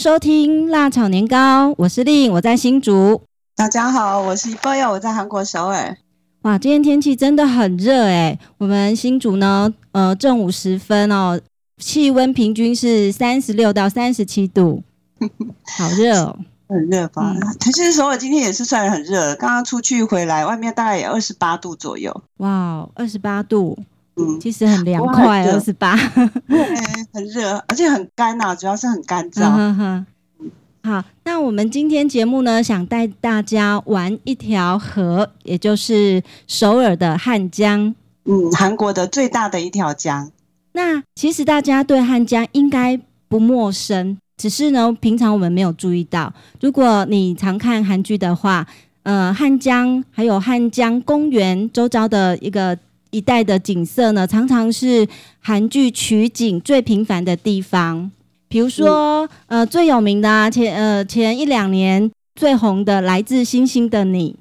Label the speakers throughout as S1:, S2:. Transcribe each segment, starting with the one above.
S1: 收听辣炒年糕，我是令，我在新竹。
S2: 大家好，我是 Boy，我在韩国首尔。
S1: 哇，今天天气真的很热哎！我们新竹呢，呃，正午时分哦，气温平均是三十六到三十七度，好热 哦。
S2: 很热吧
S1: 嗯？
S2: 其实首尔今天也是算很热，刚刚出去回来，外面大概也二十八度左右。
S1: 哇，哦二十八度，
S2: 嗯，
S1: 其实很凉
S2: 哇
S1: 快，
S2: 热
S1: 二十八。
S2: 对很热，而且很干呐、主要是很干
S1: 嗯
S2: 燥。
S1: 哼哼好，那我们今天节目呢，想带大家玩一条河，也就是首尔的汉江。
S2: 嗯，韩国的最大的一条江。
S1: 那其实大家对汉江应该不陌生，只是呢，平常我们没有注意到。如果你常看韩剧的话，呃，汉江还有汉江公园周遭的一个一带的景色呢，常常是韩剧取景最频繁的地方。比如说，呃，最有名的啊，前呃前一两年最红的《来自星星的你》，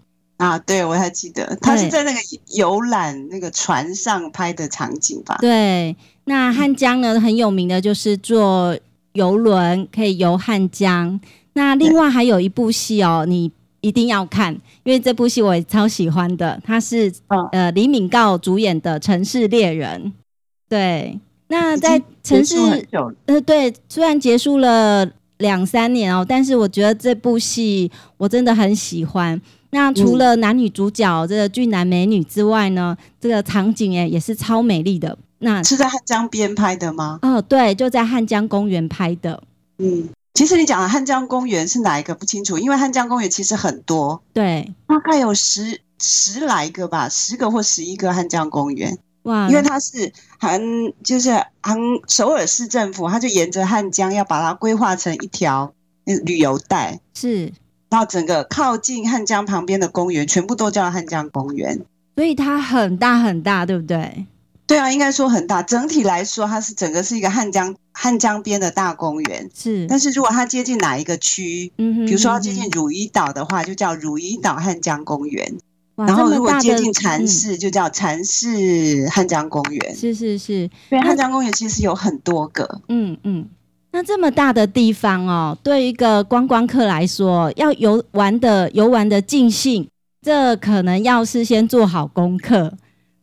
S2: 啊，对，我还记得，它
S1: 对
S2: 是在那个游览那个船上拍的场景吧？嗯
S1: 对，那汉江呢很有名的就是坐游轮可以游汉江。那另外还有一部戏哦，你一定要看，因为这部戏我也超喜欢的，它是、
S2: 嗯
S1: 呃李敏镐主演的《城市猎人》。对，那
S2: 嗯
S1: 在城
S2: 结束
S1: 市
S2: 很久了
S1: 呃，对，虽然结束了两三年哦，但是我觉得这部戏我真的很喜欢。那
S2: 嗯
S1: 除了男女主角这个俊男美女之外呢，这个场景哎也是超美丽的。那
S2: 是在汉江边拍的吗？
S1: 哦，对，就在汉江公园拍的，
S2: 嗯，其实你讲的汉江公园是哪一个不清楚，因为汉江公园其实很多，
S1: 对，
S2: 大概有十十来个吧，十个或十一个汉江公园，
S1: 哇
S2: 因，为它是韩，就是韩首尔市政府，它就沿着汉江要把它规划成一条嗯旅游带，
S1: 是，
S2: 然后整个靠近汉江旁边的公园全部都叫汉江公园。
S1: 所以它很大很大，对不对？
S2: 对啊，应该说很大，整体来说它是整个是一个汉江汉江边的大公园。
S1: 是，
S2: 但是如果它接近哪一个区，
S1: 嗯哼，
S2: 比如说要
S1: 嗯
S2: 接近
S1: 哼，
S2: 汝矣岛的话，就叫汝矣岛汉江公园；
S1: 哇
S2: 然
S1: 啊这
S2: 后
S1: 么
S2: 如果
S1: 大
S2: 接
S1: 的
S2: 近禅
S1: 嗯
S2: 市，就叫禅市汉江公园。
S1: 是是是，
S2: 对，
S1: 那
S2: 汉江公园其实有很多个。
S1: 嗯嗯。那这么大的地方哦，对于一个观光客来说，要游玩的游玩的尽兴，这可能要事先做好功课，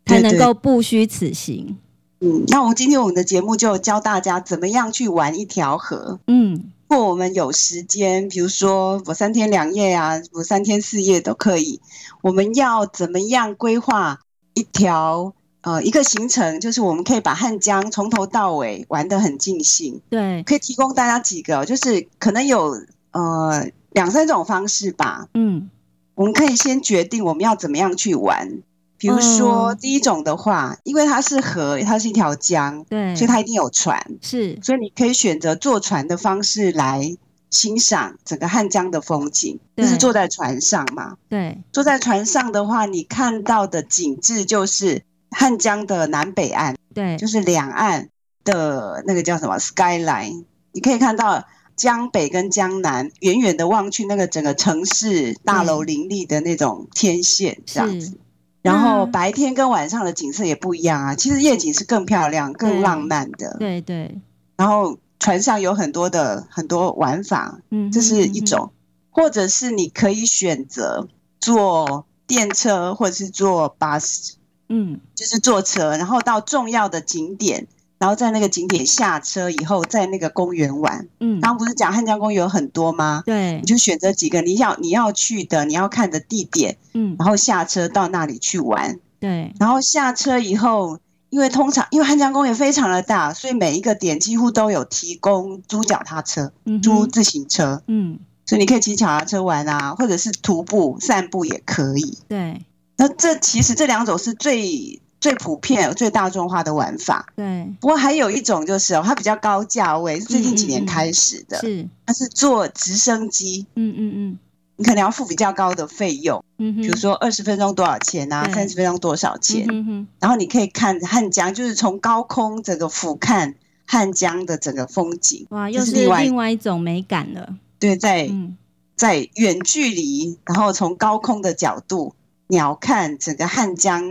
S1: 才
S2: 对
S1: 能
S2: 对
S1: 够不虚此行。
S2: 嗯，那我们今天我们的节目就教大家怎么样去玩一条河。
S1: 嗯，
S2: 如果我们有时间，比如说我三天两夜啊，我三天四夜都可以。我们要怎么样规划一条呃一个行程？就是我们可以把汉江从头到尾玩得很尽兴。
S1: 对，
S2: 可以提供大家几个哦，就是可能有呃两三种方式吧。
S1: 嗯，
S2: 我们可以先决定我们要怎么样去玩。比如说、
S1: 嗯
S2: 第一种的话，因为它是河，它是一条江，
S1: 对，
S2: 所以它一定有船，
S1: 是，
S2: 所以你可以选择坐船的方式来欣赏整个汉江的风景，
S1: 对
S2: 就是坐在船上嘛。
S1: 对，
S2: 坐在船上的话，你看到的景致就是汉江的南北岸。
S1: 对，
S2: 就是两岸的那个叫什么 skyline，你可以看到江北跟江南，远远的望去，那个整个城市大楼林立的那种天线这样
S1: 是嗯
S2: 子。，然
S1: 那
S2: 后白天跟晚上的景色也不一样啊，其实夜景是更漂亮、更浪漫的。
S1: 对对，
S2: 然后船上有很多的很多玩法，
S1: 嗯哼，
S2: 这是
S1: 嗯
S2: 一
S1: 哼
S2: 种，或者是你可以选择坐电车或者是坐巴士，
S1: 嗯，
S2: 就是坐车，然后到重要的景点，然后在那个景点下车以后，在那个公园玩。
S1: 嗯，
S2: 刚刚不是讲汉江公园有很多吗？
S1: 对
S2: 你，就选择几个你要你要去的、你要看的地点，
S1: 嗯，
S2: 然后下车到那里去玩。
S1: 对，
S2: 然后下车以后，因为通常因为汉江公园非常的大，所以每一个点几乎都有提供租脚踏车、
S1: 嗯
S2: 租
S1: 哼，
S2: 自行车，
S1: 嗯，
S2: 所以你可以骑脚踏车玩啊，或者是徒步、散步也可以。
S1: 对
S2: 那这其实这两种是最最普遍、最大众化的玩法。
S1: 对，
S2: 不过还有一种就是哦，它比较高价位，是最近几
S1: 嗯嗯嗯
S2: 年开始的，
S1: 是，
S2: 它是坐直升机，
S1: 嗯嗯嗯
S2: 你可能要付比较高的费用，
S1: 嗯哼，
S2: 比如说二十分钟多少钱啊，
S1: 对
S2: 三十分钟多少钱，
S1: 嗯哼
S2: 然后你可以看汉江，就是从高空整个俯瞰汉江的整个风景，
S1: 哼，哇，
S2: 这
S1: 又
S2: 是
S1: 是
S2: 另外
S1: 另外一种美感了，
S2: 对，在、
S1: 嗯，
S2: 在远距离，然后从高空的角度鸟瞰整个汉江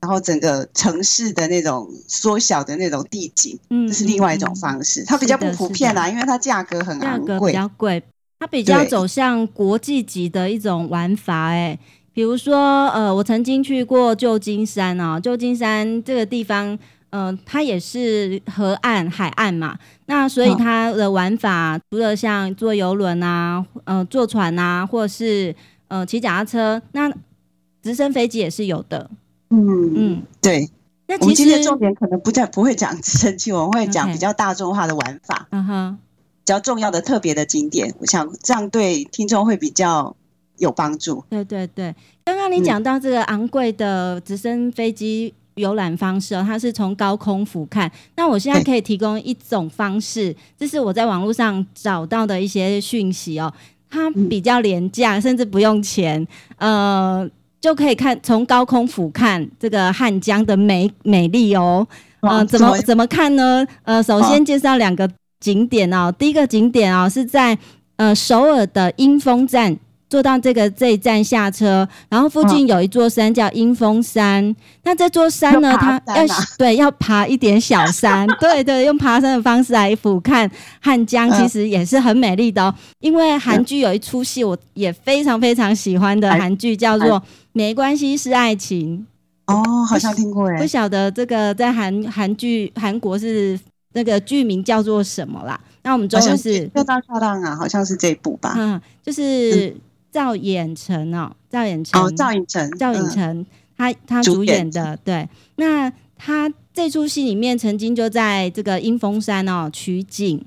S2: 然后整个城市的那种缩小的那种地景，
S1: 嗯，
S2: 这是另外一种方式。它比较不普遍啊啦，因为它价格很
S1: 嗯，价
S2: 昂
S1: 格比
S2: 贵。
S1: 较贵，它比较
S2: 对
S1: 走向国际级的一种玩法、哎。比如说，呃，我曾经去过旧金山哦，旧金山这个地方，呃，它也是河岸、海岸嘛，那所以
S2: 嗯
S1: 它的玩法，除了像坐游轮啊，呃，坐船啊，或者是呃骑脚踏车，那直升飞机也是有的，
S2: 嗯，
S1: 嗯。
S2: 对。
S1: 那
S2: 我们
S1: 其
S2: 今天
S1: 实，嗯
S2: 重点可能不在不会讲直升机，我们会讲
S1: OK
S2: 比较大众化的玩法，
S1: 嗯哼，
S2: 比较重要的特别的景点。我想这样对听众会比较有帮助。
S1: 对对对，刚刚你讲到这个昂贵的直升飞机游览方式哦，它是从高空俯瞰。那我现在可以提供一种方式，这是我在网络上找到的一些讯息哦，它比较廉价，甚至不用钱，呃，就可以看从高空俯瞰这个汉江的美美丽哦。
S2: 哇
S1: 呃，怎么
S2: 这
S1: 怎么看呢？呃，首先介绍两个景点哦。第一个景点哦是在呃首尔的英峰站，坐到这个这一站下车，然后附近
S2: 嗯
S1: 有一座山叫英峰山。那这座山呢，
S2: 要
S1: 它
S2: 爬
S1: 要
S2: 山啊
S1: 对要爬一点小 山，对对，用爬山的方式来俯瞰汉江，
S2: 嗯
S1: 其实也是很美丽的哦。因为韩剧有一出戏，我也非常非常喜欢的
S2: 哎
S1: 韩剧叫做《没关系是爱情》。
S2: 哦，好像听过
S1: 不
S2: 哎，
S1: 晓得这个在韩韩剧韩国是那个剧名叫做什么啦？那我们中
S2: 好像
S1: 文是
S2: 热大下浪啊，好像是这一部吧？
S1: 嗯，就是赵衍成哦，赵衍成，
S2: 哦，赵寅成，
S1: 赵寅
S2: 嗯
S1: 成，他他
S2: 主
S1: 主
S2: 演
S1: 演的，对，那他这出戏里面曾经就在这个阴峰山哦取景。
S2: 嗯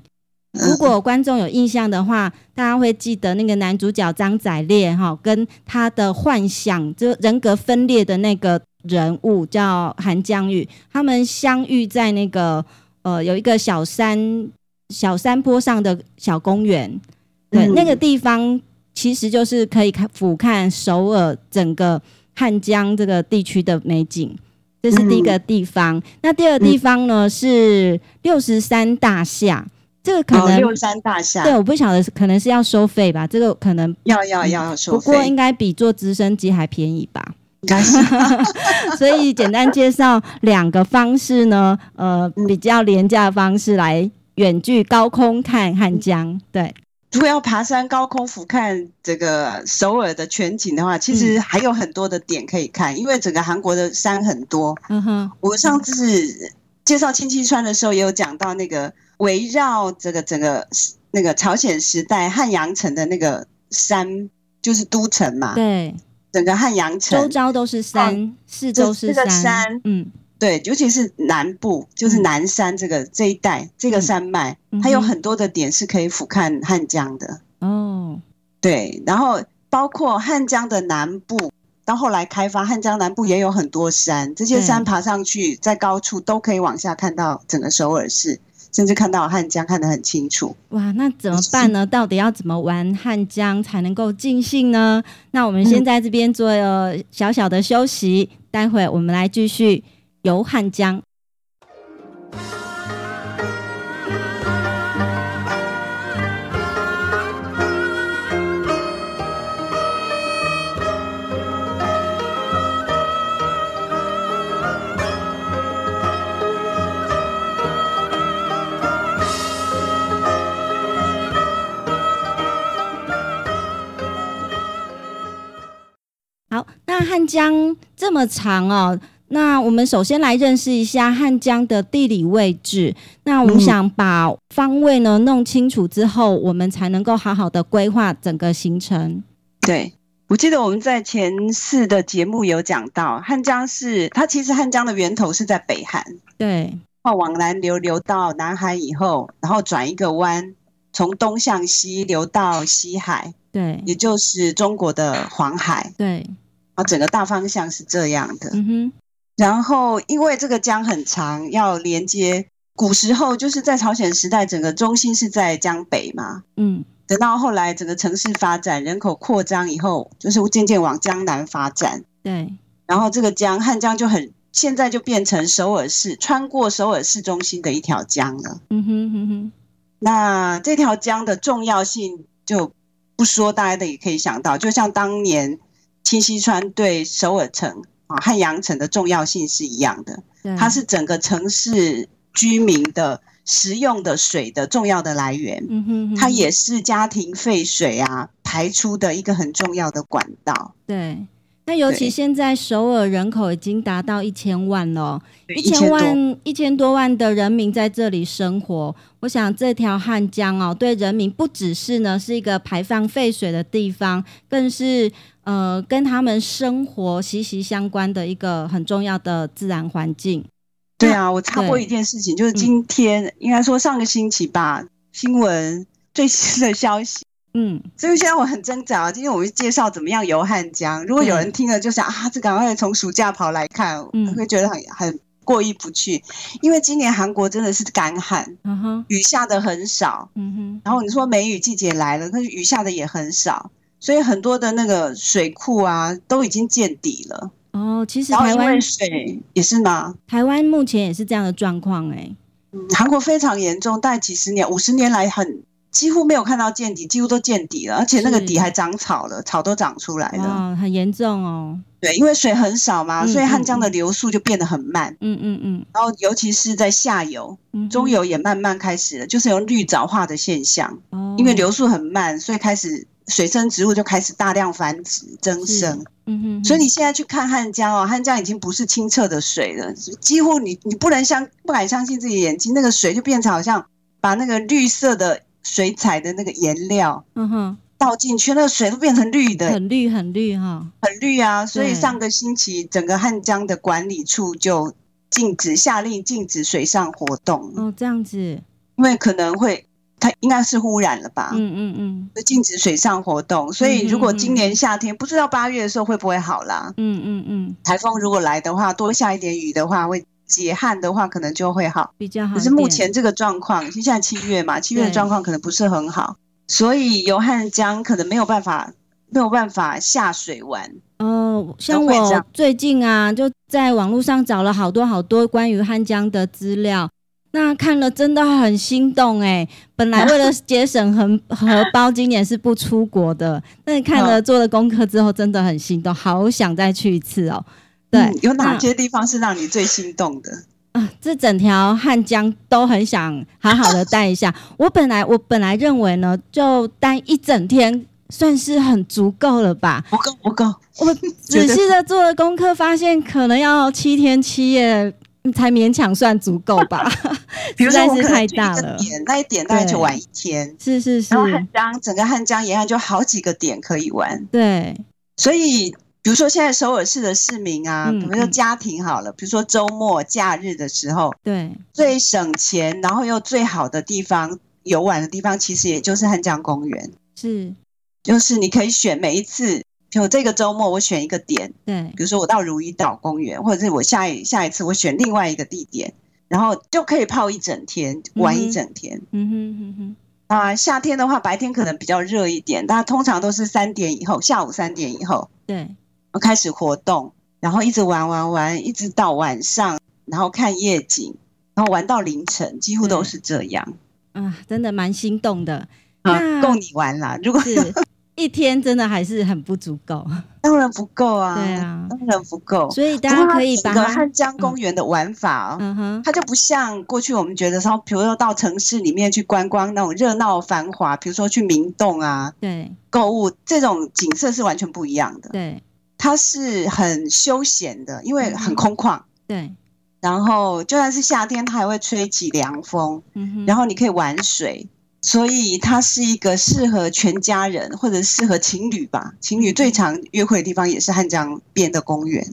S1: 如果观众有印象的话，大家会记得那个男主角张载烈哈、跟他的幻想就人格分裂的那个人物叫韩江玉，他们相遇在那个呃有一个小山小山坡上的小公园，对，
S2: 嗯
S1: 那个地方其实就是可以看俯瞰首尔整个汉江这个地区的美景，这是第一个地
S2: 嗯
S1: 方。那第二个地方呢、是六十三大厦，这个可
S2: 哦，
S1: 能、
S2: 六山大厦
S1: 对，我不晓得是可能是要收费吧，这个可能
S2: 要要要收
S1: 不过
S2: 费，
S1: 应该比坐直升机还便宜吧。
S2: 应该是
S1: 所以简单介绍两个方式呢，呃，比较廉价的方式来远距高空看汉江，对。
S2: 如果要爬山高空俯瞰这个首尔的全景
S1: 嗯
S2: 的话，其实还有很多的点可以看，因为整个韩国的山很多。
S1: 嗯哼，
S2: 我上次介绍清溪川的时候，也有讲到那个围绕这个整个那个朝鲜时代汉阳城的那个山，就是都城嘛，
S1: 对，
S2: 整个汉阳
S1: 周
S2: 城，
S1: 遭都是山，四周是
S2: 哦这个山
S1: 嗯，
S2: 对，尤其是南部，就是南山这个、这一带这个山脉，
S1: 嗯
S2: 它有
S1: 哼
S2: 很多的点是可以俯瞰汉江的。
S1: 哦，
S2: 对，然后包括汉江的南部，到后来开发汉江南部也有很多山，这些
S1: 对
S2: 山爬上去，在高处都可以往下看到整个首尔市，甚至看到汉江看得很清楚。
S1: 哇，那怎么办呢？到底要怎么玩汉江才能够尽兴呢？那我们
S2: 嗯
S1: 先在这边做呃小小的休息，待会我们来继续游汉江。好，那汉江这么长哦，那我们首先来认识一下汉江的地理位置。那我们
S2: 嗯
S1: 想把方位呢弄清楚之后，我们才能够好好的规划整个行程。
S2: 对，我记得我们在前四的节目有讲到，汉江是它其实汉江的源头是在北韩，
S1: 对，
S2: 后往南流流到南海以后，然后转一个弯，从东向西流到西海，
S1: 对，
S2: 也就是中国的黄海。
S1: 对，
S2: 啊，整个大方向是这样的。
S1: 嗯哼，
S2: 然后，因为这个江很长，要连接古时候就是在朝鲜时代，整个中心是在江北嘛。
S1: 嗯，
S2: 等到后来整个城市发展、人口扩张以后，就是渐渐往江南发展。
S1: 对，
S2: 然后这个江汉江就很现在就变成首尔市穿过首尔市中心的一条江了。
S1: 嗯哼哼哼，
S2: 那这条江的重要性就不说，大家的也可以想到，就像当年清溪川对首尔城啊汉阳城的重要性是一样的，
S1: 对
S2: 它是整个城市居民的食用的水的重要的来源，
S1: 嗯哼哼
S2: 它也是家庭废水啊排出的一个很重要的管道。
S1: 对。那尤其
S2: 对
S1: 现在首尔人口已经达到一千万了哦，
S2: 对
S1: 一
S2: 1000
S1: 千
S2: 多
S1: 万一千多万的人民在这里生活，我想这条汉江哦，对人民不只是呢是一个排放废水的地方，更是呃跟他们生活息息相关的一个很重要的自然环境。
S2: 对啊，我插播
S1: 对
S2: 一件事情，就是
S1: 嗯
S2: 今天、应该说上个星期吧，新闻最新的消息。
S1: 嗯，
S2: 所以现在我很挣扎。今天我们介绍怎么样游汉江，如果有人听了就想啊，这赶快从暑假跑来看，
S1: 嗯
S2: 会觉得很很过意不去。因为今年韩国真的是干旱，
S1: 嗯哼，
S2: 雨下的很少。
S1: 嗯哼，
S2: 然后你说梅雨季节来了，可是雨下的也很少，所以很多的那个水库啊都已经见底了。
S1: 哦，其实
S2: 然后
S1: 台
S2: 因
S1: 湾
S2: 为水也是吗？
S1: 台湾目前也是这样的状况哎、
S2: 嗯韩国非常严重，但几十年、五十年来很几乎没有看到见底，几乎都见底了，而且那个
S1: 是
S2: 底还长草了，草都长出来了。
S1: 哇，很严重哦，
S2: 对，因为水很少嘛，
S1: 嗯
S2: 所以汉江的流速就变得很慢。
S1: 嗯嗯嗯
S2: 然后，尤其是在下游、
S1: 嗯哼，
S2: 中游也慢慢开始了，就是有绿藻化的现象。
S1: 哦，
S2: 因为流速很慢，所以开始水生植物就开始大量繁殖增
S1: 是
S2: 生。
S1: 嗯哼哼，
S2: 所以你现在去看汉江哦，汉江已经不是清澈的水了，几乎你你不能相不敢相信自己的眼睛，那个水就变成好像把那个绿色的水彩的那个颜料
S1: 嗯哼，
S2: 倒进去，那个水都变成绿的，
S1: 很绿很绿哈、
S2: 很绿啊！所以
S1: 对
S2: 上个星期，整个汉江的管理处就禁止下令禁止水上活动，
S1: 哦，这样子，
S2: 因为可能会它应该是污染了吧，
S1: 嗯嗯嗯
S2: 就禁止水上活动。所以如果今年夏天，不知道八月的时候会不会好啦？
S1: 嗯嗯嗯，
S2: 台风如果来的话，多下一点雨的话，会解旱的话，可能就会好。
S1: 比较好一
S2: 可
S1: 点。
S2: 是目前这个状况，现在七月嘛，七月的
S1: 嗯对
S2: 状况可能不是很好，所以游汉江可能没有办法没有办法下水玩。
S1: 哦，像
S2: 都会这
S1: 我
S2: 样
S1: 最近啊，就在网络上找了好多好多关于汉江的资料。那看了真的很心动哎！本来为了节省荷 荷包，今年是不出国的。那你看
S2: 嗯
S1: 了做了功课之后，真的很心动，好想再去一次哦。对，
S2: 嗯有哪
S1: 那
S2: 些地方是让你最心动的？
S1: 啊，这整条汉江都很想好好的待一下。 我本来我本来认为呢，就待一整天算是很足够了吧。
S2: 不够，不够。
S1: 我仔
S2: 觉得
S1: 细的做了功课，发现可能要七天七夜才勉强算足够吧。
S2: 比如说
S1: 实在
S2: 我
S1: 是
S2: 可能
S1: 太
S2: 去
S1: 大
S2: 一
S1: 了
S2: 个点，那一点大概就玩一天。
S1: 是是是
S2: 然，后汉江整个汉江沿岸就好几个点可以玩，
S1: 对，
S2: 所以比如说现在首尔市的市民啊，
S1: 嗯
S2: 比如说
S1: 嗯
S2: 家庭好了，比如说周末假日的时候，
S1: 对，
S2: 最省钱，然后又最好的地方游玩的地方，其实也就是汉江公园，
S1: 是，
S2: 就是你可以选每一次，比如这个周末我选一个点，
S1: 对，
S2: 比如说我到如意岛公园，或者是我下一下一次我选另外一个地点，然后就可以泡一整天，玩一整天。
S1: 嗯哼哼哼，
S2: 啊，夏天的话，白天可能比较热一点，但通常都是三点以后，下午三点以后
S1: 对，
S2: 开始活动，然后一直玩玩玩，一直到晚上，然后看夜景，然后玩到凌晨，几乎都是这样。
S1: 啊，真的蛮心动的。
S2: 啊，
S1: 那
S2: 够你玩啦！如果
S1: 是一天真的还是很不足 够。
S2: 当然不够啊，
S1: 对啊
S2: 当然不够。
S1: 所以大家
S2: 不过它
S1: 可以把
S2: 整个
S1: 它，
S2: 汉江公园的玩法哦，
S1: 嗯哼，
S2: 它就不像过去我们觉得说，比如说到城市里面去观光那种热闹繁华，比如说去明洞啊、
S1: 对
S2: 购物这种景色是完全不一样的。
S1: 对
S2: 它是很休闲的，因为
S1: 嗯
S2: 很空旷，
S1: 对，
S2: 然后就算是夏天，它还会吹起凉风，
S1: 嗯哼，
S2: 然
S1: 后
S2: 后你可以玩水。所以它是一个适合全家人或者适合情侣吧，情侣最常约会的地方也是汉江边的公园。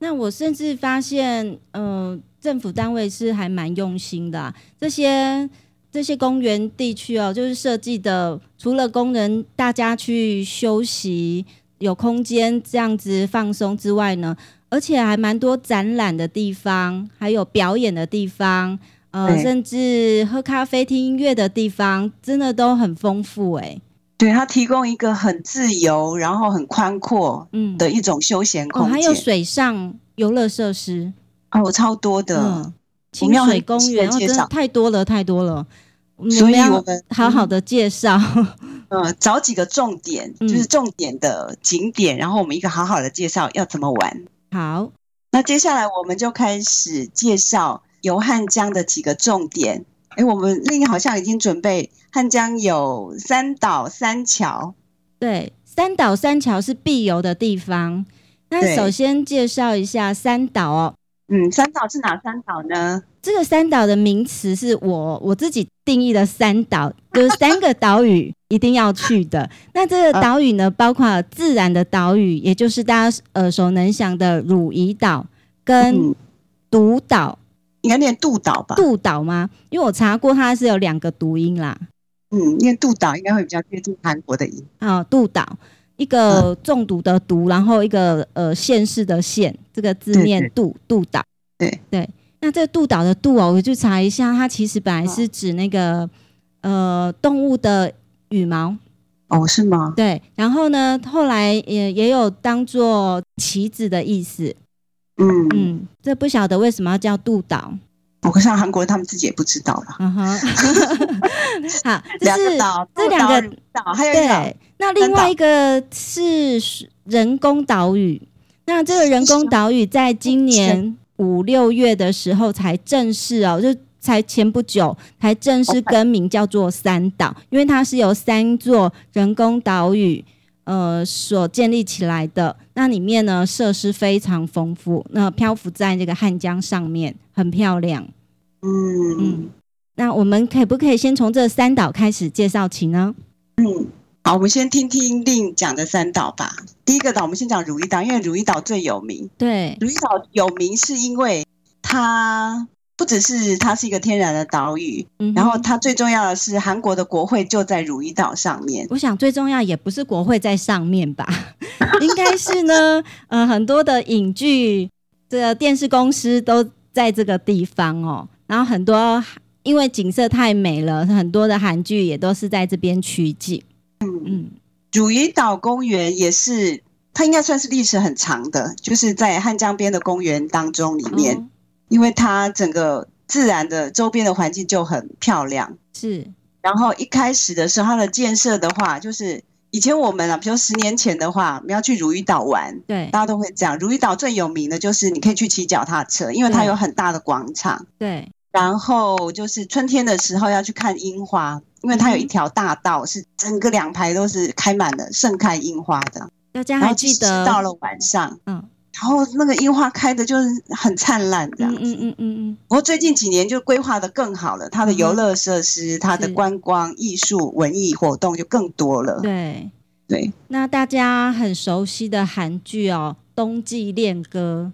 S1: 那我甚至发现，呃，政府单位是还蛮用心的啊、这些这些公园地区哦，就是设计的，除了工人大家去休息有空间这样子放松之外呢，而且还蛮多展览的地方，还有表演的地方，呃，
S2: 对
S1: 甚至喝咖啡、听音乐的地方，真的都很丰富哎、
S2: 对，它提供一个很自由，然后很宽阔
S1: 嗯，
S2: 的一种休闲
S1: 哦，
S2: 空
S1: 还
S2: 间。
S1: 有水上游乐设施，
S2: 哦，超多的。
S1: 嗯清
S2: 们要
S1: 水
S2: 很
S1: 公
S2: 仔细地
S1: 园，哦，
S2: 介
S1: 真的
S2: 绍
S1: 太多了，太多了。
S2: 所以
S1: 要
S2: 我们
S1: 好好的介绍，
S2: 呃，找几个重点，
S1: 嗯
S2: 就是重点的景点，然后我们一个好好的介绍要怎么玩。
S1: 好，
S2: 那接下来我们就开始介绍游汉江的几个重点。哎，我们另好像已经准备汉江有三岛三桥，
S1: 对，三岛三桥是必游的地方。那
S2: 对
S1: 首先介绍一下三岛哦，
S2: 嗯，三岛是哪三岛呢？
S1: 这个三岛的名词是我我自己定义的三岛，就是三个岛屿一定要去的。 那这个岛屿
S2: 嗯
S1: 呢，包括自然的岛屿，也就是大家耳熟能详的汝矣岛跟
S2: 嗯，
S1: 独岛、
S2: 应该念渡岛吧？
S1: 渡岛吗？因为我查过，它是有两个读音啦。
S2: 嗯，念渡岛应该会比较接近韩国的音。
S1: 啊，渡岛，一
S2: 嗯
S1: 个中毒的毒，然后一个呃县市的县，这个字
S2: 对
S1: 念
S2: 对
S1: 渡渡岛。
S2: 对
S1: 对，那这个渡岛的渡哦，我去查一下，它其实本来是指那个、呃动物的羽毛，
S2: 哦，是吗？
S1: 对，然后呢，后来也也有当做棋子的意思。
S2: 嗯嗯，
S1: 嗯，这不晓得为什么要叫渡岛。
S2: 我看像韩国人他们自己也不知道啦。
S1: 嗯 哼，好，这
S2: 两
S1: 是
S2: 个岛，
S1: 这
S2: 渡
S1: 两
S2: 岛
S1: 个
S2: 屿岛还有一个岛
S1: 对，啊那另外一个是人工岛屿。那这个人工岛屿在今年五六月的时候才正式哦，就才前不久才正式更名叫做三岛，因为它是由三座人工岛屿呃所建立起来的。那里面呢设施非常丰富，那漂浮在这个汉江上面，很漂亮。
S2: 嗯
S1: 嗯，那我们可不可以先从这三岛开始介绍起呢？
S2: 嗯，好，我们先听听令讲的三岛吧。第一个岛，我们先讲如意岛，因为如意岛最有名。
S1: 对，
S2: 如意岛有名是因为它不只是它是一个天然的岛屿，
S1: 嗯哼
S2: 然后它最重要的是韩国的国会就在如意岛上面。
S1: 我想最重要也不是国会在上面吧， 应该是呢，呃，很多的影剧这个电视公司都在这个地方哦，然后很多因为景色太美了，很多的韩剧也都是在这边取景。
S2: 嗯，
S1: 嗯，
S2: 汝矣岛公园也是，它应该算是历史很长的，就是在汉江边的公园当中里面，
S1: 哦
S2: 因为它整个自然的周边的环境就很漂亮。
S1: 是
S2: 然后一开始的时候，它的建设的话，就是以前我们啊，比如十年前的话，我们要去如意岛玩，
S1: 对
S2: 大家都会这样。如意岛最有名的就是你可以去骑脚踏车，因为它
S1: 对
S2: 有很大的广场。
S1: 对
S2: 然后就是春天的时候要去看樱花，因为
S1: 嗯
S2: 它有一条大道是整个两排都是开满了盛开樱花的。
S1: 大家
S2: 然
S1: 还
S2: 后其
S1: 记
S2: 实
S1: 得
S2: 到了晚上，
S1: 嗯
S2: 然后那个樱花开的就是很灿烂这
S1: 嗯
S2: 样子。
S1: 嗯嗯嗯
S2: 不过最近几年就规划的更好了，它的游乐设施、它的
S1: 是
S2: 观光、艺术、文艺活动就更多了
S1: 嗯，。对。
S2: 对，
S1: 那大家很熟悉的韩剧哦，《冬季恋歌》，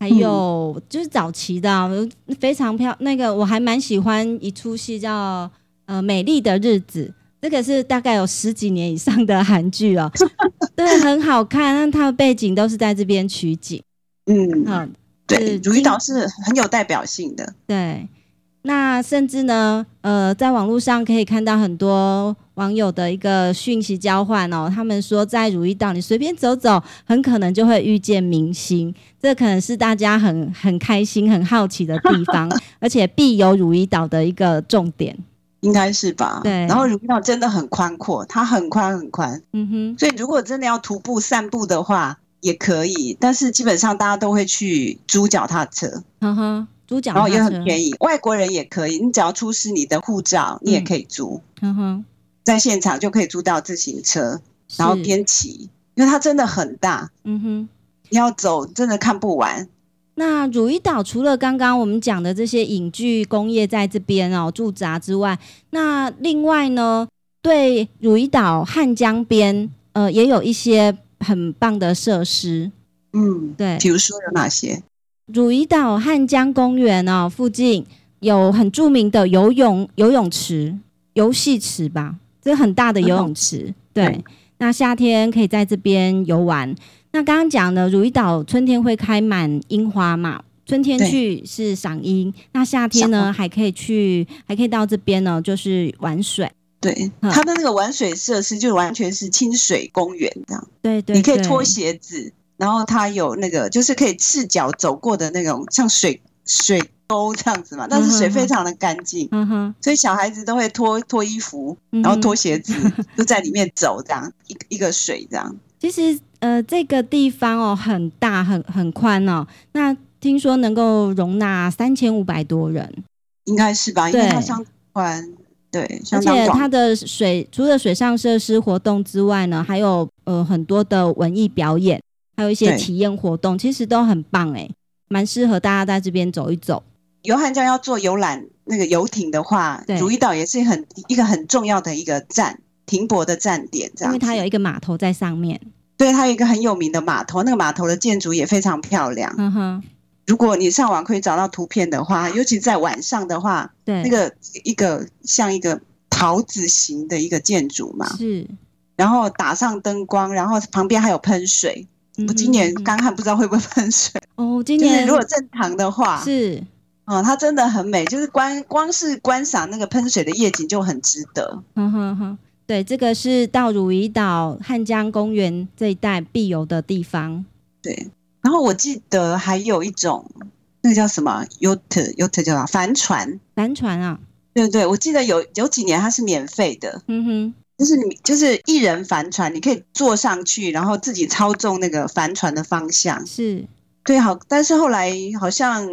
S1: 还有、就是早期的啊、非常漂那个，我还蛮喜欢一出戏叫呃《美丽的日子》，这个是大概有十几年以上的韩剧哦，对，很好看。那它的背景都是在这边取景，
S2: 嗯，
S1: 嗯，
S2: 对，
S1: 是
S2: 如意岛是很有代表性的。
S1: 对。那甚至呢，呃，在网络上可以看到很多网友的一个讯息交换哦。他们说，在如意岛你随便走走，很可能就会遇见明星，这可能是大家很很开心、很好奇的地 方，而且必游如意岛的一个重点。
S2: 应该是吧？
S1: 对
S2: 然后如意岛真的很宽阔，它很宽很宽，
S1: 嗯哼，
S2: 所以如果真的要徒步散步的话也可以，但是基本上大家都会去租脚踏车，
S1: 呵呵，猪脚
S2: 然后也
S1: 踏
S2: 很
S1: 车，
S2: 便宜，外国人也可以，你只要出示你的护照，
S1: 嗯
S2: 你也可以租，
S1: 呵呵，
S2: 在现场就可以租到自行车，然后
S1: 是，
S2: 边骑，因为它真的很大，
S1: 嗯哼。
S2: 你要走真的看不完。
S1: 那汝矣岛除了刚刚我们讲的这些影剧工业在这边哦驻扎之外，那另外呢，对汝矣岛汉江边呃也有一些很棒的设施。
S2: 嗯，
S1: 对，
S2: 比如说有哪些？
S1: 汝矣岛汉江公园哦附近有很著名的游泳游泳池、游戏池吧，这很大的游泳池。对
S2: 嗯对，
S1: 那夏天可以在这边游玩。那刚刚讲的汝矣岛春天会开满樱花嘛？春天
S2: 对
S1: 去是赏樱，那夏天
S2: 赏
S1: 呢
S2: 花
S1: 还可以去，还可以到这边呢，就是玩水。
S2: 对，
S1: 嗯
S2: 它的那个玩水设施就完全是清水公园这样。
S1: 对对，
S2: 你可以
S1: 对
S2: 脱鞋子，然后它有那个就是可以赤脚走过的那种像水水沟这样子嘛，但是水非常的干净，
S1: 嗯哼，
S2: 所以小孩子都会脱脱衣服，
S1: 嗯哼
S2: 然后脱鞋子就在里面走这样一个一个水这样。
S1: 其实呃，这个地方哦很大，很很宽哦。那听说能够容纳三千五百多人，
S2: 应该是吧？因为它
S1: 对
S2: 相关对
S1: 而
S2: 相当
S1: 且
S2: 广
S1: 它的水除了水上设施活动之外呢，还有呃很多的文艺表演，还有一些
S2: 对
S1: 体验活动，其实都很棒哎，蛮适合大家在这边走一走。
S2: 游汉江要坐游览那个游艇的话
S1: 对，
S2: 如意岛也是很一个很重要的一个站，停泊的站点，
S1: 因
S2: 这样
S1: 为
S2: 子。
S1: 它有一个码头在上面。
S2: 对它有一个很有名的码头，那个码头的建筑也非常漂亮。
S1: 嗯哼，
S2: 如果你上网可以找到图片的话，尤其在晚上的话，
S1: 啊对，
S2: 那个一个像一个桃子形的一个建筑嘛，
S1: 是。
S2: 然后打上灯光，然后旁边还有喷水。我今年
S1: 嗯哼
S2: 干旱，不知道会不会喷水。
S1: 哦，今
S2: 就是
S1: 年
S2: 如果正常的话，
S1: 是
S2: 哦，它真的很美，就是光光是观赏那个喷水的夜景就很值得。
S1: 哼嗯哼哼，对，这个是到汝矣岛汉江公园这一带必游的地方。
S2: 对，然后我记得还有一种，那个叫什么 yacht yacht 叫啥帆船，
S1: 帆船啊，
S2: 对对，我记得有有几年它是免费的，
S1: 嗯哼，
S2: 就是你就是一人帆船，你可以坐上去，然后自己操纵那个帆船的方向。
S1: 是，
S2: 对，好，但是后来好像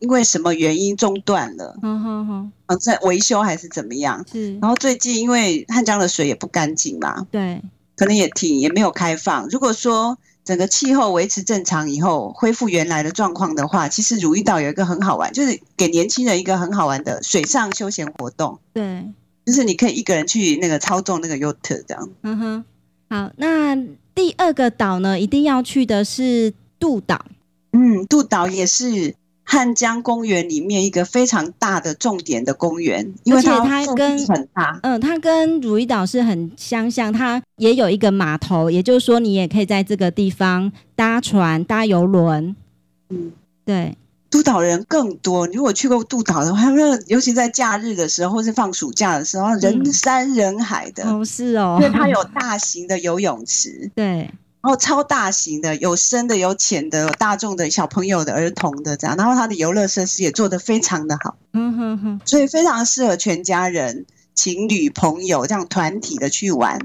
S2: 因为什么原因中断了，
S1: 哼嗯哼哼，
S2: 啊，在维修还是怎么样？
S1: 是，
S2: 然后最近因为汉江的水也不干净嘛，
S1: 对，
S2: 可能也停，也没有开放。如果说整个气候维持正常以后，恢复原来的状况的话，其实如意岛有一个很好玩，就是给年轻人一个很好玩的水上休闲活动，
S1: 对，
S2: 就是你可以一个人去那个操纵那个 yacht 这样。
S1: 嗯哼，好，那第二个岛呢，一定要去的是渡岛。
S2: 嗯，渡岛也是汉江公园里面一个非常大的重点的公园，因为
S1: 而且它
S2: 腹
S1: 跟
S2: 地很大。
S1: 嗯，它跟汝矣岛是很相像，它也有一个码头，也就是说你也可以在这个地方搭船、搭游轮。
S2: 嗯，
S1: 对，
S2: 渡岛人更多。如果去过渡岛的话，那尤其在假日的时候或是放暑假的时候，人
S1: 嗯
S2: 山人海的。
S1: 哦，是哦
S2: 因，为它有大型的游泳池，
S1: 对，
S2: 然后超大型的，有深的、有浅的，有大众的、小朋友的、儿童的这样。然后它的游乐设施也做得非常的好，
S1: 嗯哼哼，
S2: 所以非常适合全家人、情侣、朋友这样团体的去玩。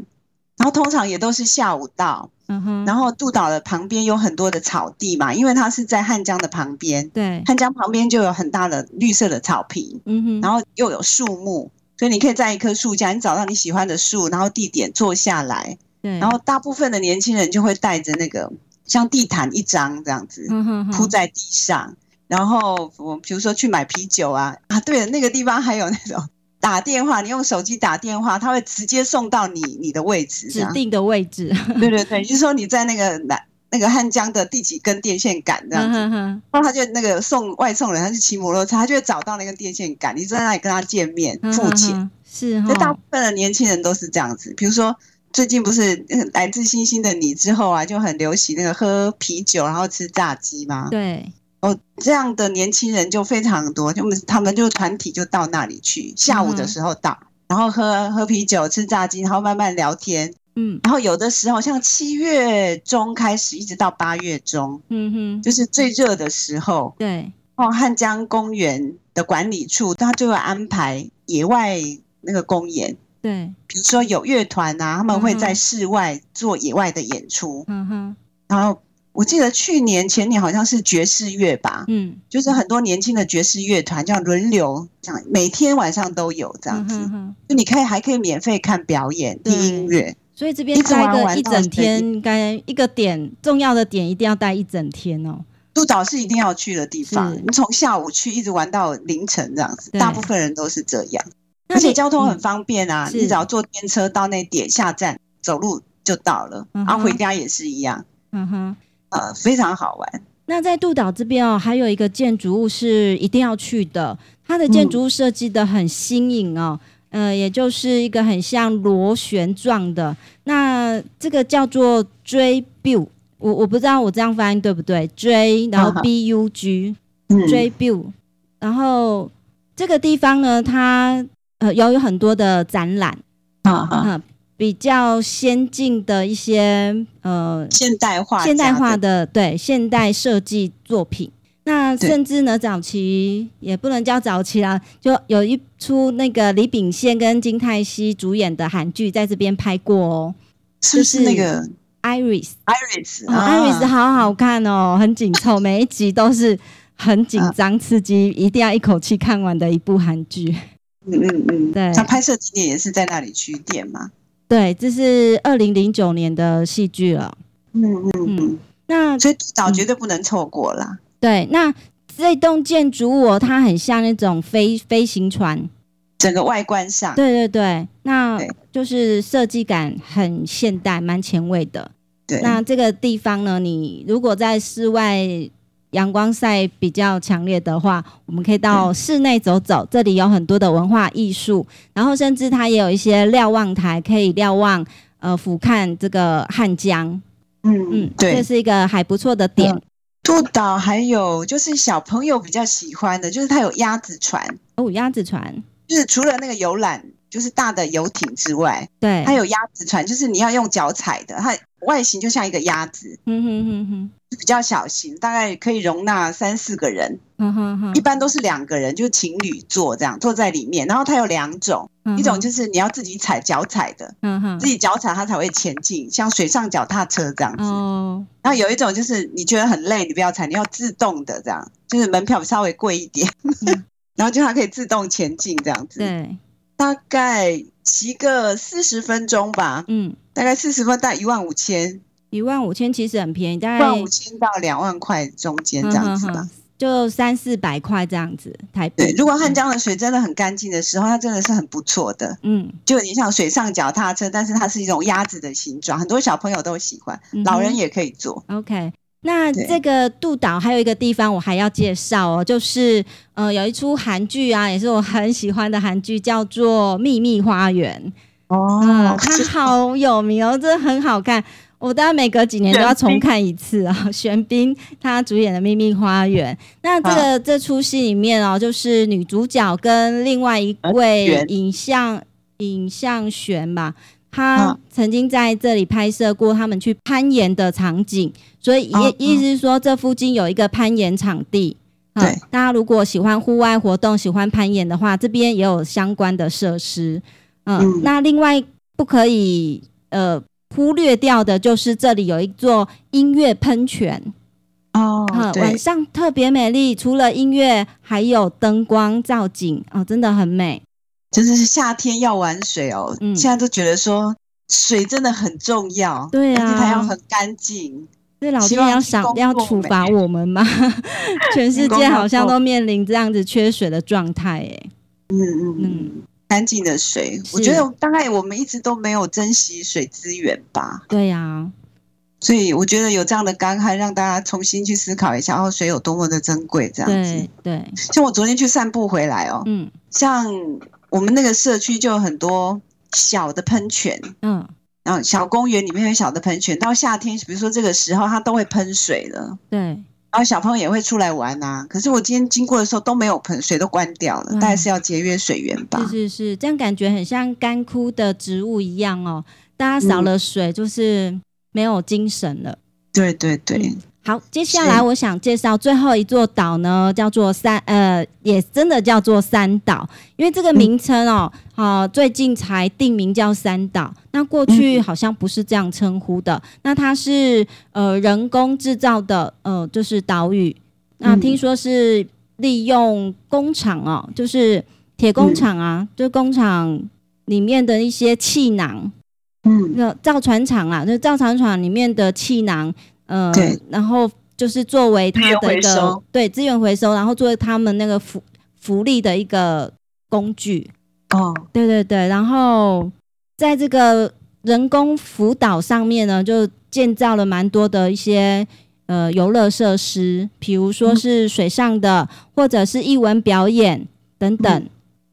S2: 然后通常也都是下午到，
S1: 嗯哼，
S2: 然后渡岛的旁边有很多的草地嘛，因为它是在汉江的旁边，
S1: 对，
S2: 汉江旁边就有很大的绿色的草坪，
S1: 嗯哼，
S2: 然后又有树木，所以你可以在一棵树下，你找到你喜欢的树，然后地点坐下来，
S1: 对，
S2: 然后大部分的年轻人就会带着那个像地毯一张这样子
S1: 嗯哼哼
S2: 铺在地上，然后我比如说去买啤酒啊啊，对了，那个地方还有那种打电话，你用手机打电话，他会直接送到你你的位置，这
S1: 指
S2: 样
S1: 定的位置，
S2: 对对对，就是说你在那个南那个汉江的第几根电线杆这样
S1: 嗯
S2: 子，
S1: 哼哼，
S2: 然后他就那个送外送人，他就骑摩托车，他就会找到那个电线杆，你就在那里跟他见面
S1: 嗯
S2: 付
S1: 哼
S2: 钱。
S1: 哼是
S2: 所以大
S1: 哈
S2: 部，分的年轻人都是这样子。比如说，最近不是呃来自星星的你之后啊，就很流行那个喝啤酒然后吃炸鸡吗？
S1: 对，
S2: 哦，这样的年轻人就非常多，就我们他们就团体就到那里去，下午的时候到，然后喝喝啤酒、吃炸鸡，然后慢慢聊天。
S1: 嗯
S2: 然后有的时候像七月中开始，一直到八月中，
S1: 嗯哼，
S2: 就是最热的时候，
S1: 对，
S2: 哦，汉江公园的管理处他就会安排野外那个公演。
S1: 对，
S2: 比如说有乐团啊，他们会
S1: 嗯
S2: 在
S1: 哼
S2: 室外做野外的演出。
S1: 嗯哼，
S2: 然后我记得去年前年好像是爵士乐吧，
S1: 嗯，
S2: 就是很多年轻的爵士乐团这样轮流这样，每天晚上都有
S1: 这
S2: 这样子。
S1: 嗯哼。
S2: 就你可以还可以免费看表演、
S1: 对
S2: 听音乐。
S1: 所以这边
S2: 一直
S1: 待
S2: 玩
S1: 个
S2: 玩
S1: 一
S2: 到
S1: 整
S2: 深
S1: 天，
S2: 夜
S1: 应该一个点重要的点一定要待一整天哦。
S2: 鹿岛是一定要去的地方，
S1: 是
S2: 你从下午去一直玩到凌晨这样子，
S1: 对
S2: 大部分人都是这样，
S1: 那
S2: 而且
S1: 你
S2: 交通很
S1: 嗯
S2: 方便啊，
S1: 是
S2: 你只要坐电车到那点下站，走路就到了，
S1: 嗯
S2: 然后
S1: 哼
S2: 回家也是一样，
S1: 嗯哼。
S2: 呃，非常好玩。
S1: 那在渡岛这边哦，还有一个建筑物是一定要去的，它的建筑物设计的很新颖哦，呃，也就是一个很像螺旋状的，那这个叫做追 bug，我我不知道我这样发音对不对，追然
S2: 好
S1: 后
S2: 好
S1: b u g
S2: 嗯，
S1: 追 bug，然后这个地方呢，它呃有有很多的展览，
S2: 啊哈。
S1: 嗯比较先进的一些呃
S2: 现代化，
S1: 现代化，的对现代设计作品。那
S2: 对
S1: 甚至呢，早期也不能叫早期啦，就有一出那个李秉宪跟金泰熙主演的韩剧在这边拍过哦。
S2: 是不是
S1: 就是
S2: 那个
S1: Iris，
S2: Iris，
S1: 哦，Iris
S2: 啊
S1: 好好看哦，很紧凑，每一集都是很紧
S2: 啊
S1: 张、刺激，一定要一口气看完的一部韩剧。
S2: 嗯嗯嗯，
S1: 对
S2: 它拍摄地点也是在那里去点嘛。
S1: 对，这是二零零九年的戏剧了。
S2: 嗯嗯嗯，
S1: 那
S2: 所以督导
S1: 嗯
S2: 绝对不能错过啦。
S1: 对，那这栋建筑物哦它很像那种飞飞行船。
S2: 整个外观上，
S1: 对对对，那
S2: 对
S1: 就是设计感很现代，蛮前卫的。
S2: 对，
S1: 那这个地方呢，你如果在室外阳光晒比较强烈的话，我们可以到室内走走，这里有很多的文化艺术，然后甚至它也有一些瞭望台，可以瞭望呃俯瞰这个汉江。
S2: 嗯
S1: 嗯
S2: 嗯，，对
S1: 这，是一个还不错的点。
S2: 嗯督导还有就是小朋友比较喜欢的，就是它有鸭子船，
S1: 哦，鸭子船，
S2: 就是除了那个游览，就是大的游艇之外，
S1: 对，
S2: 它有鸭子船，就是你要用脚踩的，它外形就像一个鸭子，
S1: 嗯哼哼哼，
S2: 比较小型，大概可以容纳三四个人，
S1: 嗯哼哼，
S2: 一般都是两个人，就是情侣坐这样坐在里面。然后它有两种，一种就是你要自己踩脚踩的，
S1: 嗯哼
S2: 自，己脚踩它才会前进，像水上脚踏车这样子。
S1: 哦，
S2: 然后有一种就是你觉得很累，你不要踩，你要自动的这样，就是门票稍微贵一点，
S1: 嗯
S2: 然后就它可以自动前进这样子。
S1: 对，
S2: 大概骑个四十分钟吧，
S1: 嗯，
S2: 大概四十分到一万五千，
S1: 一万五千其实很便宜，大
S2: 一
S1: 概
S2: 万五千到两万块中间这样子
S1: 嗯
S2: 吧。
S1: 哼嗯哼就三四百块这样子台币
S2: 对，。如果汉江的水真的很干净的时候，它真的是很不错的。
S1: 嗯，
S2: 就有点像水上脚踏车，但是它是一种鸭子的形状，很多小朋友都喜欢，
S1: 嗯哼
S2: 老人也可以坐。
S1: OK，那
S2: 对
S1: 这个杜岛还有一个地方我还要介绍哦，就是呃有一出韩剧啊，也是我很喜欢的韩剧，叫做《秘密花园》。嗯，它
S2: 是
S1: 好有名哦，真的很好看。我大概每隔几年都要重看一次啊。玄彬他主演的《秘密花园》，那这个、这出戏里面哦，就是女主角跟另外一位
S2: 呃
S1: 影像影像璇吧，她
S2: 嗯
S1: 曾经在这里拍摄过他们去攀岩的场景，所以
S2: 哦
S1: 也意思是说这附近有一个攀岩场地。嗯
S2: 对，
S1: 大家如果喜欢户外活动、喜欢攀岩的话，这边也有相关的设施。嗯
S2: 嗯，
S1: 那另外不可以呃忽略掉的就是这里有一座音乐喷泉，
S2: 哦
S1: 嗯，，晚
S2: 对，
S1: 上特别美丽，除了音乐还有灯光造景哦，真的很美。
S2: 就是夏天要玩水哦，
S1: 嗯
S2: 现在都觉得说水真的很重要，
S1: 对啊
S2: 而且它要很干净。
S1: 这老
S2: 希
S1: 天
S2: 望
S1: 要
S2: 提
S1: 赏
S2: 供
S1: 要
S2: 够
S1: 处
S2: 美
S1: 罚我们吗？ 全世
S2: 提供
S1: 界
S2: 到
S1: 好像
S2: 够
S1: 都面临这样子缺水的状态，哎，
S2: 嗯嗯
S1: 嗯
S2: 嗯，干净的水，我
S1: 是
S2: 觉得大概我们一直都没有珍惜水资源吧，
S1: 对啊呀、
S2: 所以我觉得有这样的干旱，让大家重新去思考一下，哦，水有多么的珍贵，这样子
S1: 对。对，
S2: 像我昨天去散步回来哦，
S1: 嗯
S2: 像我们那个社区就有很多小的喷泉，
S1: 嗯，
S2: 然后小公园里面有小的喷泉，到夏天，比如说这个时候，它都会喷水了。
S1: 对，
S2: 然后小朋友也会出来玩呐、可是我今天经过的时候都没有喷，水都关掉了，
S1: 嗯
S2: 大概是要节约水源吧
S1: 是。是是，这样感觉很像干枯的植物一样哦，大家少
S2: 嗯
S1: 了水就是没有精神了。
S2: 对对对，
S1: 好，接下
S2: 是
S1: 来我想介绍最后一座岛呢，叫做三呃，也真的叫做三岛，因为这个名称哦，啊、最近才定名叫三岛。那过去好像不是这样称呼的，那它是呃人工制造的呃就是岛屿，那
S2: 嗯
S1: 听说是利用工厂哦，就是铁工厂啊，就工厂里面的一些气囊，
S2: 嗯，
S1: 那造船厂啦，就是造船厂里面的气囊，呃
S2: 对，
S1: 然后就是作为它的一
S2: 资源回
S1: 个
S2: 收
S1: 对资源回收，然后作为他们那个福福利的一个工具，
S2: 哦，
S1: 对对对，然后在这个人工辅导上面呢，就建造了蛮多的一些呃游乐设施，比如说是水上的，或者是艺文表演等等。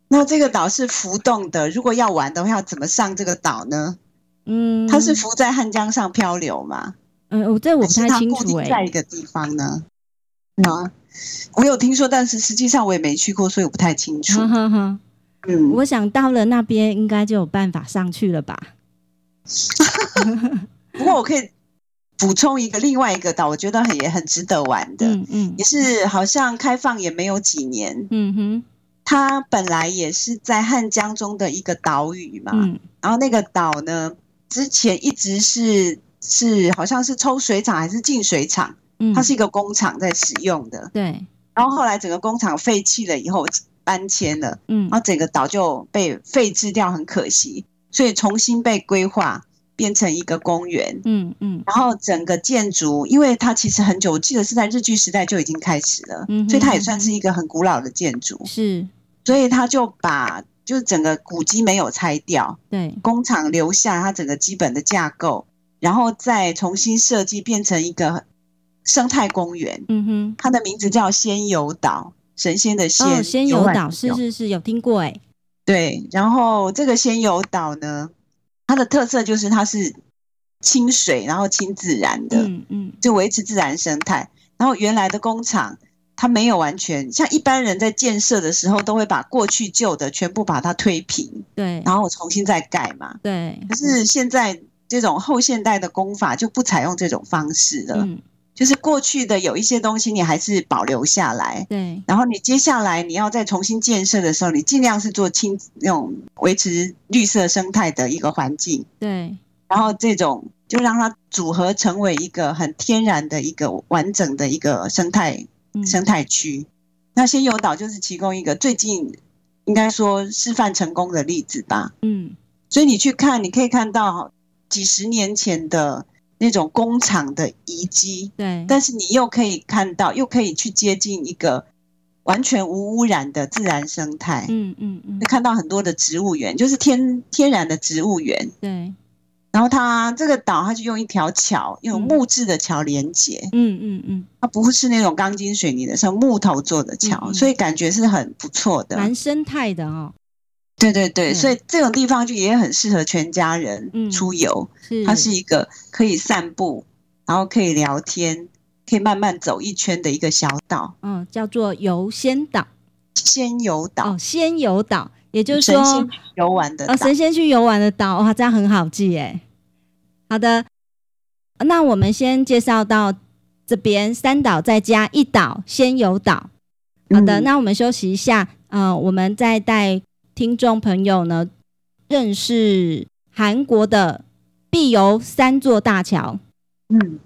S2: 那这个岛是浮动的，如果要玩的话，要怎么上这个岛呢？
S1: 嗯，
S2: 它是浮在汉江上漂流嘛？
S1: 嗯、我这我不
S2: 还是
S1: 太
S2: 它
S1: 清
S2: 固
S1: 楚
S2: 定
S1: 哎、
S2: 在 一个地方呢？啊，我有听说，但是实际上我也没去过，所以我不太清楚
S1: 哈。哈哈。
S2: 嗯，
S1: 我想到了那边，应该就有办法上去了吧？
S2: 不过我可以补充一个另外一个岛，我觉得很也很值得玩的，
S1: 嗯嗯
S2: 也是好像开放也没有几年，
S1: 嗯哼，
S2: 它本来也是在汉江中的一个岛屿嘛，
S1: 嗯
S2: 然后那个岛呢，之前一直是是好像是抽水厂还是净水厂，
S1: 嗯，
S2: 它是一个工厂在使用的。
S1: 对，
S2: 然后后来整个工厂废弃了以后搬迁了，
S1: 嗯
S2: 然后整个岛就被废置掉，很可惜，所以重新被规划变成一个公园。
S1: 嗯嗯
S2: 然后整个建筑，因为它其实很久，我记得是在日据时代就已经开始了，
S1: 嗯哼
S2: 所以它也算是一个很古老的建筑，
S1: 是，
S2: 所以它就把就是整个古迹没有拆掉，
S1: 对，
S2: 工厂留下它整个基本的架构，然后再重新设计变成一个生态公园，
S1: 嗯哼，
S2: 它的名字叫仙游岛，神仙的仙，
S1: 哦，仙游
S2: 游
S1: 岛
S2: 览
S1: 是
S2: 游
S1: 是是有听过哎，
S2: 对，然后这个仙游岛呢，它的特色就是它是清水，然后清自然的，
S1: 嗯嗯
S2: 就维持自然生态。然后原来的工厂，它没有完全像一般人在建设的时候，都会把过去旧的全部把它推平，
S1: 对
S2: 然后重新再盖嘛。
S1: 对，
S2: 可是现在这种后现代的工法就不采用这种方式了，
S1: 嗯
S2: 就是过去的有一些东西你还是保留下来，
S1: 对
S2: 然后你接下来你要再重新建设的时候，你尽量是做清那种维持绿色生态的一个环境，
S1: 对
S2: 然后这种就让它组合成为一个很天然的一个完整的一个生态
S1: 嗯
S2: 生态区。那仙游岛就是提供一个最近应该说示范成功的例子吧。
S1: 嗯
S2: 所以你去看，你可以看到几十年前的那种工厂的遗迹，
S1: 对
S2: 但是你又可以看到，又可以去接近一个完全无污染的自然生态，
S1: 嗯嗯嗯
S2: 会看到很多的植物园，就是天天然的植物园。
S1: 对
S2: 然后它这个岛，它就用一条桥，用
S1: 嗯
S2: 木质的桥连接，
S1: 嗯嗯嗯，
S2: 它不是那种钢筋水泥的，是用木头做的桥，
S1: 嗯嗯
S2: 所以感觉是很不错的。
S1: 蛮生态的哦，
S2: 对对对，
S1: 嗯
S2: 所以这种地方就也很适合全家人
S1: 嗯
S2: 出游。
S1: 是
S2: 它是一个可以散步，然后可以聊天，可以慢慢走一圈的一个小岛。
S1: 嗯叫做游仙岛
S2: 仙游岛，
S1: 哦，仙游岛，也就是
S2: 神
S1: 说
S2: 仙去游玩的岛。
S1: 呃神仙去游玩的岛哇，这样很好记哎。好的，那我们先介绍到这边，三岛再加一岛仙游岛。好的，
S2: 嗯
S1: 那我们休息一下，呃，我们再带听众朋友呢认识韩国的必游三座大桥。
S2: 嗯，